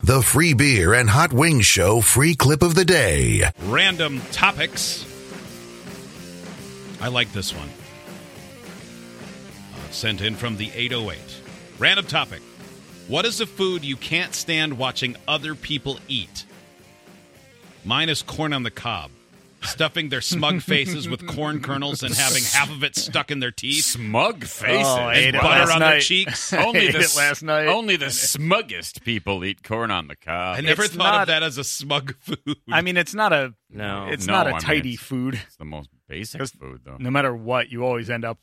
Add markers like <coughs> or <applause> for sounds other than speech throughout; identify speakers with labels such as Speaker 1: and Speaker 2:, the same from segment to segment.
Speaker 1: The Free Beer and Hot Wings Show free clip of the day.
Speaker 2: Random topics. I like this one. Uh, sent in from the 808. Random topic. What is a food you can't stand watching other people eat? Mine is corn on the cob. Stuffing their
Speaker 3: <laughs>
Speaker 2: smug faces with corn kernels and having half of it stuck in their
Speaker 3: <laughs>
Speaker 2: teeth.
Speaker 4: smug faces.
Speaker 3: Oh, I ate
Speaker 2: And
Speaker 3: it
Speaker 2: butter
Speaker 3: last <laughs>
Speaker 2: on
Speaker 3: night.
Speaker 2: their cheeks.
Speaker 4: Only
Speaker 3: ate
Speaker 4: the
Speaker 3: it
Speaker 4: s-
Speaker 3: last night.
Speaker 4: Only the smuggest people eat corn on the cob.
Speaker 2: I never
Speaker 3: It's
Speaker 2: thought of
Speaker 3: not-
Speaker 2: that as a smug <laughs> food.
Speaker 3: I mean, it's not a
Speaker 4: No,
Speaker 3: it's
Speaker 4: no,
Speaker 3: not
Speaker 4: I
Speaker 3: a
Speaker 4: mean,
Speaker 3: tidy
Speaker 4: it's-
Speaker 3: food.
Speaker 4: It's the most basic
Speaker 3: 'Cause
Speaker 4: food, though.
Speaker 3: No matter what, you always end up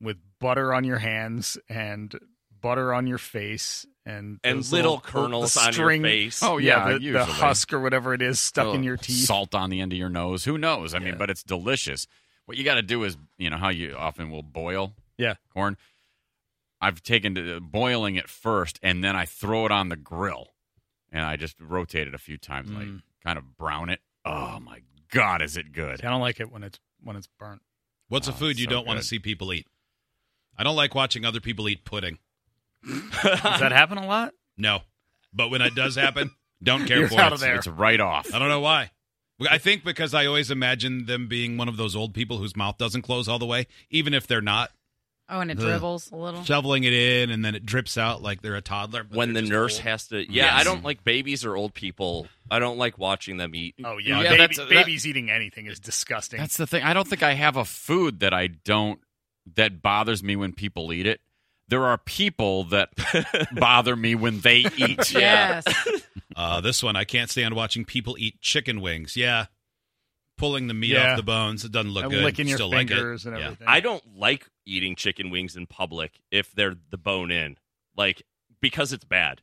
Speaker 3: with butter on your hands and butter on your face and
Speaker 5: And
Speaker 3: those
Speaker 5: little
Speaker 3: the- the
Speaker 5: kernels on your
Speaker 3: string-
Speaker 5: face.
Speaker 4: Oh, yeah,
Speaker 3: the,
Speaker 4: usually.
Speaker 3: the husk or whatever it is stuck in
Speaker 5: Ugh,
Speaker 3: your teeth.
Speaker 4: Oh, salt on the end of your nose. Who knows? I mean, but it's delicious. What you got to do is, you know, how you often will boil
Speaker 3: Yeah.
Speaker 4: corn. I've taken to uh, boiling it first, and then I throw it on the grill, and I just rotate it a few times, like
Speaker 3: Mm.
Speaker 4: kind of brown it. Oh my god, is it good?
Speaker 3: See, I don't like it when it's when it's burnt.
Speaker 2: What's a
Speaker 4: Oh,
Speaker 2: food
Speaker 4: it's
Speaker 2: you
Speaker 4: so
Speaker 2: don't want to
Speaker 4: good.
Speaker 2: see people eat? I don't like watching other people eat pudding.
Speaker 3: Does that happen a lot?
Speaker 2: No. But when it does
Speaker 3: <laughs>
Speaker 2: happen, don't care
Speaker 3: You're
Speaker 2: for
Speaker 3: out
Speaker 2: it.
Speaker 3: of there.
Speaker 4: It's right off.
Speaker 2: I don't know why. I think because I always imagine them being one of those old people whose mouth doesn't close all the way, even if they're not
Speaker 6: Oh, and it
Speaker 2: Ugh.
Speaker 6: dribbles a little.
Speaker 2: shoveling it in and then it drips out like they're a toddler. but
Speaker 5: when
Speaker 2: they're
Speaker 5: the
Speaker 2: just
Speaker 5: nurse
Speaker 2: old.
Speaker 5: has to. Yeah, I don't like babies or old people. I don't like watching them eat.
Speaker 3: Oh yeah,
Speaker 5: Yeah,
Speaker 3: Baby-
Speaker 5: that's- that-
Speaker 3: babies eating anything is disgusting.
Speaker 4: That's the thing. I don't think I have a food that I don't that bothers me when people eat it. There are people that bother me when they eat.
Speaker 5: Yeah.
Speaker 6: Yes.
Speaker 2: Uh, this one, I can't stand watching people eat chicken wings. Yeah. Pulling the meat
Speaker 3: Yeah.
Speaker 2: off the bones. It doesn't look
Speaker 3: And
Speaker 2: good.
Speaker 3: licking your
Speaker 2: Still
Speaker 3: fingers
Speaker 2: like it.
Speaker 3: and
Speaker 2: Yeah.
Speaker 3: everything.
Speaker 5: I don't like eating chicken wings in public if they're the bone in, like because it's bad.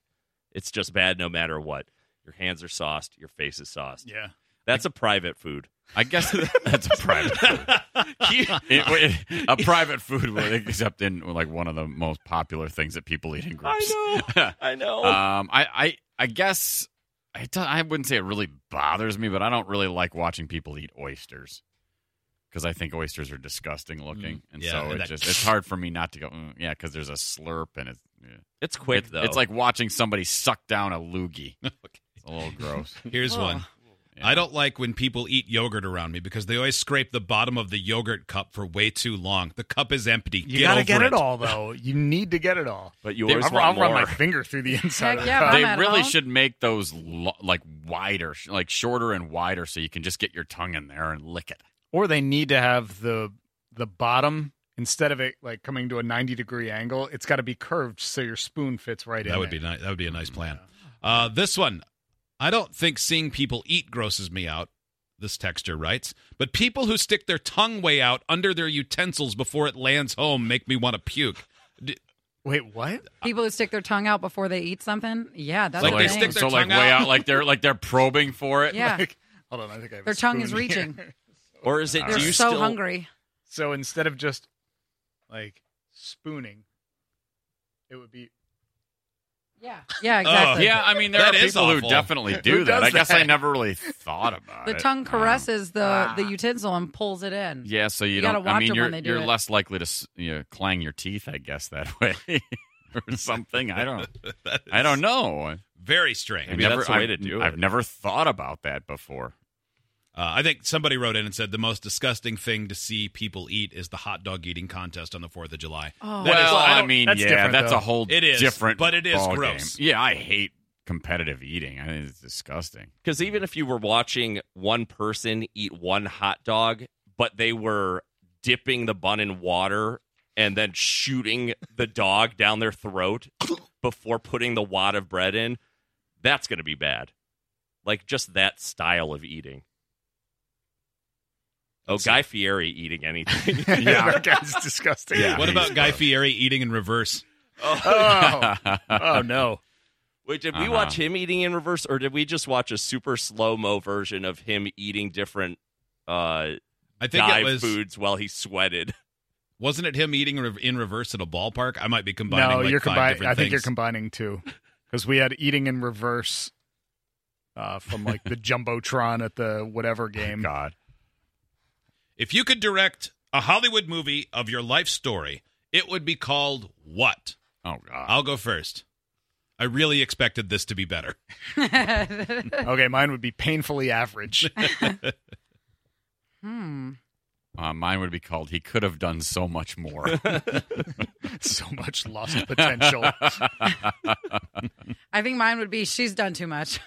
Speaker 5: It's just bad no matter what. Your hands are sauced. Your face is sauced.
Speaker 3: Yeah,
Speaker 5: That's a private food.
Speaker 4: I guess that's a private
Speaker 5: <laughs>
Speaker 4: food. It- it- a private food, would- except in like one of the most popular things that people eat in groups.
Speaker 5: know. I know.
Speaker 4: Um, I, I, I guess I, do- I wouldn't say it really bothers me, but I don't really like watching people eat oysters because I think oysters are disgusting looking, and
Speaker 2: yeah,
Speaker 4: so
Speaker 2: and
Speaker 4: it
Speaker 2: that-
Speaker 4: just it's hard for me not to go. Mm, yeah, because there's a slurp and it's yeah.
Speaker 5: it's quick
Speaker 4: It-
Speaker 5: though.
Speaker 4: It's like watching somebody suck down a loogie. <laughs> It's a little gross.
Speaker 2: Here's
Speaker 6: Ugh.
Speaker 2: one.
Speaker 4: Yeah.
Speaker 2: I don't like when people eat yogurt around me because they always scrape the bottom of the yogurt cup for way too long. The cup is empty.
Speaker 3: you
Speaker 2: get
Speaker 3: gotta
Speaker 2: over
Speaker 3: get it.
Speaker 2: it
Speaker 3: all though. You need to get it all.
Speaker 5: but you
Speaker 4: They-
Speaker 5: always
Speaker 3: I'll,
Speaker 5: want
Speaker 3: I'll
Speaker 5: more.
Speaker 3: run my finger through the inside.
Speaker 6: Heck
Speaker 3: of the
Speaker 6: yeah,
Speaker 3: cup.
Speaker 6: I'm
Speaker 4: They
Speaker 6: at
Speaker 4: really
Speaker 6: home.
Speaker 4: should make those lo- like wider, sh- like shorter and wider, so you can just get your tongue in there and lick it.
Speaker 3: or they need to have the the bottom instead of it like coming to a 90 degree angle it's got to be curved so your spoon fits right in
Speaker 2: That would be nice. That would be a nice plan. Uh, this one, I don't think seeing people eat grosses me out. This texture writes, but people who stick their tongue way out under their utensils before it lands home make me want to puke.
Speaker 3: wait what
Speaker 6: People who stick their tongue out before they eat something. Yeah, that's
Speaker 2: Like
Speaker 6: a
Speaker 2: they
Speaker 6: thing.
Speaker 2: stick their
Speaker 4: so like
Speaker 2: tongue
Speaker 4: way
Speaker 2: out?
Speaker 4: out, like they're like they're probing for it.
Speaker 3: <laughs>
Speaker 6: <laughs> yeah,
Speaker 3: Like, hold on i think I have a
Speaker 6: their tongue is
Speaker 3: spoon here.
Speaker 6: reaching.
Speaker 5: or is it?
Speaker 6: They're
Speaker 5: Do you
Speaker 6: so
Speaker 5: still
Speaker 6: hungry.
Speaker 3: <laughs> so instead of just like spooning it
Speaker 2: <laughs>
Speaker 3: would be
Speaker 6: Yeah, yeah, exactly.
Speaker 4: Yeah, I mean there
Speaker 2: That
Speaker 4: are
Speaker 2: is
Speaker 4: people who
Speaker 2: awful.
Speaker 6: <laughs>
Speaker 4: definitely do
Speaker 3: Who
Speaker 4: that.
Speaker 3: does
Speaker 4: I guess
Speaker 3: that?
Speaker 4: I never really thought about
Speaker 6: The
Speaker 4: it.
Speaker 6: tongue
Speaker 4: Uh,
Speaker 6: caresses the the utensil and pulls it in.
Speaker 4: yeah, so you,
Speaker 6: You gotta
Speaker 4: don't. I
Speaker 6: watch
Speaker 4: mean,
Speaker 6: them
Speaker 4: you're
Speaker 6: when they do
Speaker 4: you're
Speaker 6: it.
Speaker 4: less likely to s- you know, clang your teeth, I guess, that <laughs> way or something. I don't.
Speaker 2: <laughs> That
Speaker 4: I
Speaker 2: is
Speaker 4: don't know.
Speaker 2: Very strange.
Speaker 4: I
Speaker 5: Maybe that's the way
Speaker 4: I've-
Speaker 5: to do
Speaker 4: I've
Speaker 5: it.
Speaker 4: never thought about that before.
Speaker 2: Uh, I think somebody wrote in and said the most disgusting thing to see people eat is the hot dog eating contest on the Fourth of July.
Speaker 6: Oh,
Speaker 2: That is-
Speaker 4: well,
Speaker 2: I
Speaker 4: I,
Speaker 2: don't-
Speaker 4: mean,
Speaker 3: that's
Speaker 4: yeah,
Speaker 3: different,
Speaker 4: that's
Speaker 3: though.
Speaker 4: a whole
Speaker 2: It is,
Speaker 4: different,
Speaker 2: but it is
Speaker 4: ball
Speaker 2: gross.
Speaker 4: game. Yeah, I hate competitive eating. I think it's disgusting.
Speaker 5: Because even if you were watching one person eat one hot dog, but they were dipping the bun in water and then shooting the dog down
Speaker 4: <coughs>
Speaker 5: their throat before putting the wad of bread in, that's going to be bad. Like just that style of eating. Oh, Guy
Speaker 4: <laughs>
Speaker 5: Fieri eating anything.
Speaker 4: Yeah.
Speaker 3: <laughs>
Speaker 5: <laughs>
Speaker 3: that guy's disgusting
Speaker 4: Yeah.
Speaker 2: What
Speaker 4: he's
Speaker 2: about Guy
Speaker 4: gross.
Speaker 2: Oh.
Speaker 4: <laughs>
Speaker 2: Fieri eating in reverse?
Speaker 3: oh, oh no
Speaker 5: Oh. Wait, did we
Speaker 4: Oh. Uh-huh.
Speaker 5: watch him eating in reverse, or did we just watch a super slow mo version of him eating different
Speaker 2: I
Speaker 5: uh,
Speaker 2: think it
Speaker 5: dive
Speaker 2: was
Speaker 5: foods while he sweated?
Speaker 2: wasn't it him eating re- in reverse at a ballpark? I might be <laughs> combining.
Speaker 3: No,
Speaker 2: like
Speaker 3: you're
Speaker 2: five
Speaker 3: combining.
Speaker 2: different
Speaker 3: I think you're
Speaker 2: things.
Speaker 3: combining two, because we had eating in reverse uh, from
Speaker 2: <laughs>
Speaker 3: like the jumbotron at the
Speaker 2: Oh
Speaker 3: whatever game.
Speaker 4: God.
Speaker 2: If you could direct a Hollywood movie of your life story, it would be called what?
Speaker 4: Oh God.
Speaker 2: I'll go first. I really expected this to be better. <laughs>
Speaker 3: okay, mine would be painfully average.
Speaker 6: hmm.
Speaker 2: Oh.
Speaker 4: Uh, mine would be called. He could have done so
Speaker 2: <laughs>
Speaker 4: much more.
Speaker 3: <laughs> so much lost potential.
Speaker 6: I think mine would be she's done too much.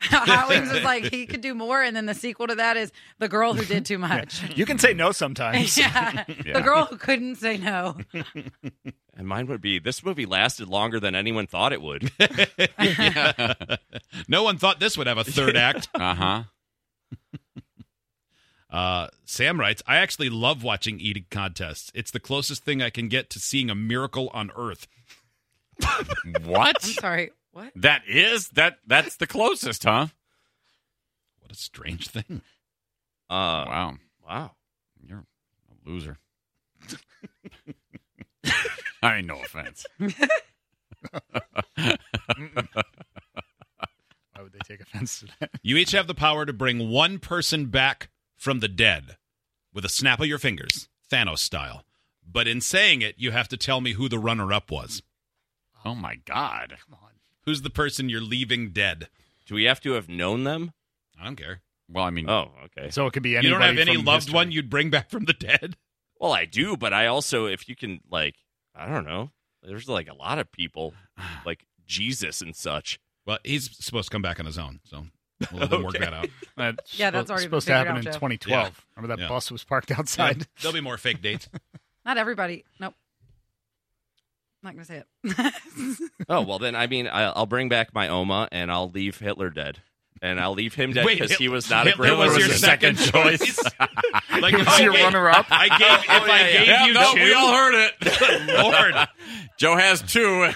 Speaker 6: <laughs> Hot Wings is like he could do more, and then the sequel to that is the girl who did
Speaker 3: <laughs>
Speaker 6: too much.
Speaker 3: <laughs>
Speaker 6: <laughs>
Speaker 3: you can say no sometimes.
Speaker 6: yeah.
Speaker 4: Yeah.
Speaker 6: The girl who couldn't say no.
Speaker 5: And mine would be this movie lasted longer than anyone thought it would. <laughs> Uh,
Speaker 2: no one thought this would have a third act.
Speaker 4: Uh huh.
Speaker 2: Uh, Sam writes, I actually love watching eating contests. It's the closest thing I can get to seeing a miracle on earth.
Speaker 6: I'm
Speaker 4: What?
Speaker 6: sorry. What?
Speaker 4: That is that. That's the closest, huh?
Speaker 2: What a strange <laughs> thing.
Speaker 5: Uh,
Speaker 4: Wow.
Speaker 5: wow.
Speaker 4: You're a loser. <laughs> I mean, no offense.
Speaker 3: Why would they take offense to that?
Speaker 2: You each have the power to bring one person back from the dead with a snap of your fingers, Thanos style. But in saying it, you have to tell me who the runner up was.
Speaker 4: Oh my God.
Speaker 2: Who's the person you're leaving dead?
Speaker 5: Do we have to have known them?
Speaker 2: I don't care.
Speaker 4: Well, I mean,
Speaker 5: Oh, okay.
Speaker 3: So it could be
Speaker 2: You
Speaker 3: anybody.
Speaker 2: don't have any
Speaker 3: from
Speaker 2: loved
Speaker 3: history.
Speaker 2: one you'd bring back from the dead?
Speaker 5: Well, I do, but I also, if you can, like, I don't know. There's like a lot of people, like Jesus and such.
Speaker 2: Well, he's supposed to come back on his own, so we'll let them work
Speaker 5: Okay.
Speaker 2: that <laughs> out.
Speaker 3: That's
Speaker 6: Yeah, that's already been
Speaker 3: supposed to happen
Speaker 6: figured
Speaker 3: in
Speaker 6: out, Jeff.
Speaker 3: 2012. Remember that
Speaker 2: Yeah.
Speaker 3: bus was parked outside.
Speaker 2: There'll be more fake
Speaker 5: <laughs>
Speaker 2: dates.
Speaker 6: Not everybody. Nope. Not going to say it. <laughs>
Speaker 5: Oh, well, then, I mean, I- I'll bring back my Oma and I'll leave Hitler dead. And I'll leave him dead
Speaker 2: Wait,
Speaker 5: because he
Speaker 2: Hitler-
Speaker 5: was not
Speaker 2: Hitler
Speaker 5: a great
Speaker 2: was
Speaker 4: was
Speaker 5: leader.
Speaker 2: your
Speaker 4: a
Speaker 5: <laughs>
Speaker 2: second
Speaker 4: second
Speaker 2: choice.
Speaker 4: choice.
Speaker 2: <laughs> Like,
Speaker 3: He was
Speaker 2: oh,
Speaker 3: your
Speaker 2: wait,
Speaker 3: runner-up?
Speaker 2: I gave if
Speaker 5: Oh,
Speaker 2: I
Speaker 5: yeah, yeah.
Speaker 2: gave
Speaker 4: Yeah,
Speaker 2: you
Speaker 4: no,
Speaker 2: two.
Speaker 4: we all heard it.
Speaker 2: Lord.
Speaker 4: <laughs> Joe has two.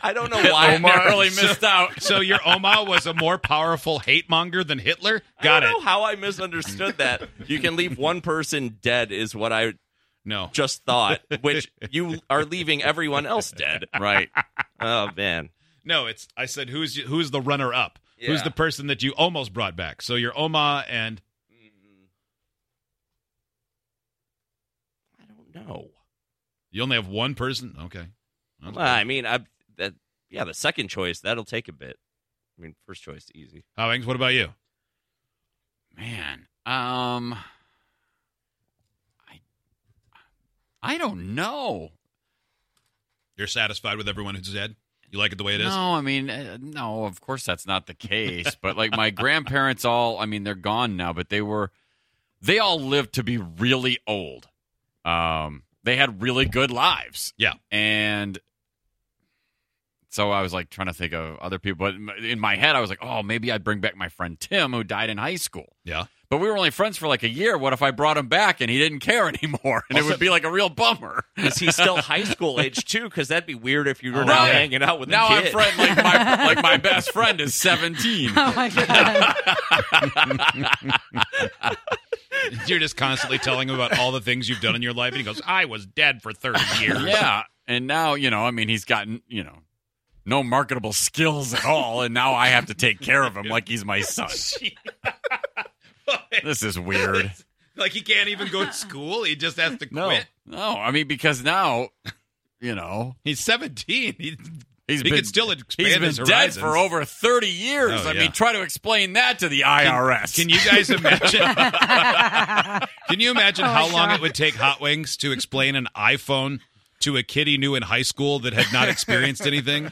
Speaker 5: I don't know
Speaker 4: I
Speaker 5: why.
Speaker 4: narrowly missed out.
Speaker 2: So your Oma was a more powerful hate monger than Hitler?
Speaker 5: I
Speaker 2: Got
Speaker 5: don't
Speaker 2: it.
Speaker 5: know how I misunderstood that. You can leave one person dead, is what I
Speaker 2: No.
Speaker 5: just thought, which you are leaving everyone else dead.
Speaker 4: Right.
Speaker 5: Oh, man.
Speaker 2: No, it's I said who's who's the runner up? Who's
Speaker 5: Yeah.
Speaker 2: the person that you almost brought back? So your Oma and
Speaker 5: I don't know.
Speaker 2: you only have one person? Okay. That's
Speaker 5: Well,
Speaker 2: good.
Speaker 5: I mean, I that yeah, the second choice that'll take a bit. I mean, first choice easy.
Speaker 2: Howings, what about you?
Speaker 4: Man. Um I I don't know.
Speaker 2: You're satisfied with everyone who's dead? You like it the way it is?
Speaker 4: No, I mean, uh, no, of course that's not the case. but like <laughs> my grandparents all, I mean, they're gone now, but they were, they all lived to be really old. Um, they had really good lives.
Speaker 2: Yeah.
Speaker 4: And so I was like trying to think of other people, but in my- in my head, I was like, oh, maybe I'd bring back my friend Tim who died in high school.
Speaker 2: Yeah. <laughs>
Speaker 4: But we were only friends for like a year. What if I brought him back and he didn't care <laughs> anymore? And it would be like a
Speaker 2: <laughs>
Speaker 4: real bummer.
Speaker 5: Is he still high school age too? Because that'd be weird if you were
Speaker 4: Right.
Speaker 5: now hanging out with
Speaker 4: now
Speaker 5: a
Speaker 4: I'm
Speaker 5: kid.
Speaker 4: friend
Speaker 2: <laughs>
Speaker 4: like my like my best friend is 17.
Speaker 6: oh my God.
Speaker 2: You're just constantly telling him about all the things you've done in your life, and he goes, "I was dead for 30 years."
Speaker 4: <laughs> Yeah. And now, you know, I mean, he's gotten, you know, no marketable skills at all. And now I have to take care of him like he's my
Speaker 2: <laughs>
Speaker 4: son. This is weird.
Speaker 2: like he can't even
Speaker 4: <laughs>
Speaker 2: go to school; he just has to quit.
Speaker 4: No. No. I mean, because now, you know,
Speaker 2: He's 17. He,
Speaker 4: he's
Speaker 2: he
Speaker 4: been,
Speaker 2: could still expand
Speaker 4: he's been
Speaker 2: his
Speaker 4: dead
Speaker 2: horizons.
Speaker 4: for over 30 years.
Speaker 2: Oh,
Speaker 4: I
Speaker 2: yeah.
Speaker 4: mean, try to explain that to the IRS.
Speaker 2: Can you guys
Speaker 4: <laughs>
Speaker 2: imagine? can you imagine
Speaker 6: Oh, my
Speaker 2: how long
Speaker 6: God.
Speaker 2: it would take Hot Wings to explain an iPhone to a kid he knew in high school that had not experienced
Speaker 4: <laughs>
Speaker 2: anything?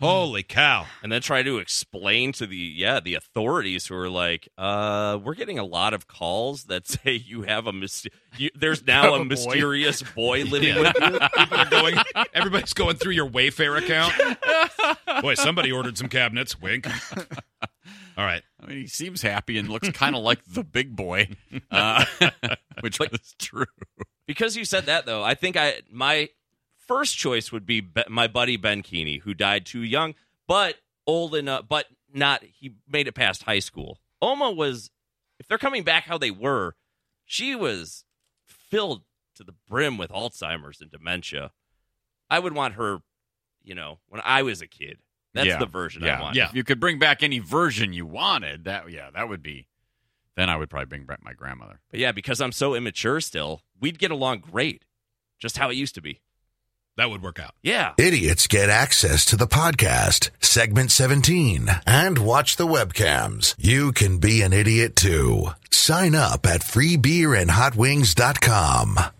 Speaker 2: Holy cow!
Speaker 5: and then try to explain to the yeah the authorities who are like uh we're getting a lot of calls that <laughs> say you have a myst- you, there's now
Speaker 3: have
Speaker 5: a,
Speaker 3: a boy.
Speaker 5: mysterious boy living
Speaker 2: Yeah.
Speaker 5: with you
Speaker 2: People are going, everybody's going through your Wayfair account. Boy, somebody ordered some cabinets. Wink. All right.
Speaker 4: I mean, he seems happy and looks kind of like the big boy, uh, <laughs> which was true.
Speaker 5: because you said that though i think i my first choice would be Be- my buddy ben keeney who died too young but old enough, but not. He made it past high school. Oma was, if they're coming back how they were, she was filled to the brim with Alzheimer's and dementia. I would want her, you know, when I was a kid. That's
Speaker 4: Yeah.
Speaker 5: the version I
Speaker 4: yeah,
Speaker 5: want.
Speaker 2: Yeah.
Speaker 4: If you could bring back any version you wanted, that yeah, that would be. Then I would probably bring back my grandmother.
Speaker 5: But yeah, because I'm so immature still, we'd get along great, just how it used to be.
Speaker 2: That would work out.
Speaker 5: Yeah.
Speaker 1: Idiots get access to the podcast, segment 17, and watch the webcams. You can be an idiot too. Sign up at freebeerandhotwings.com.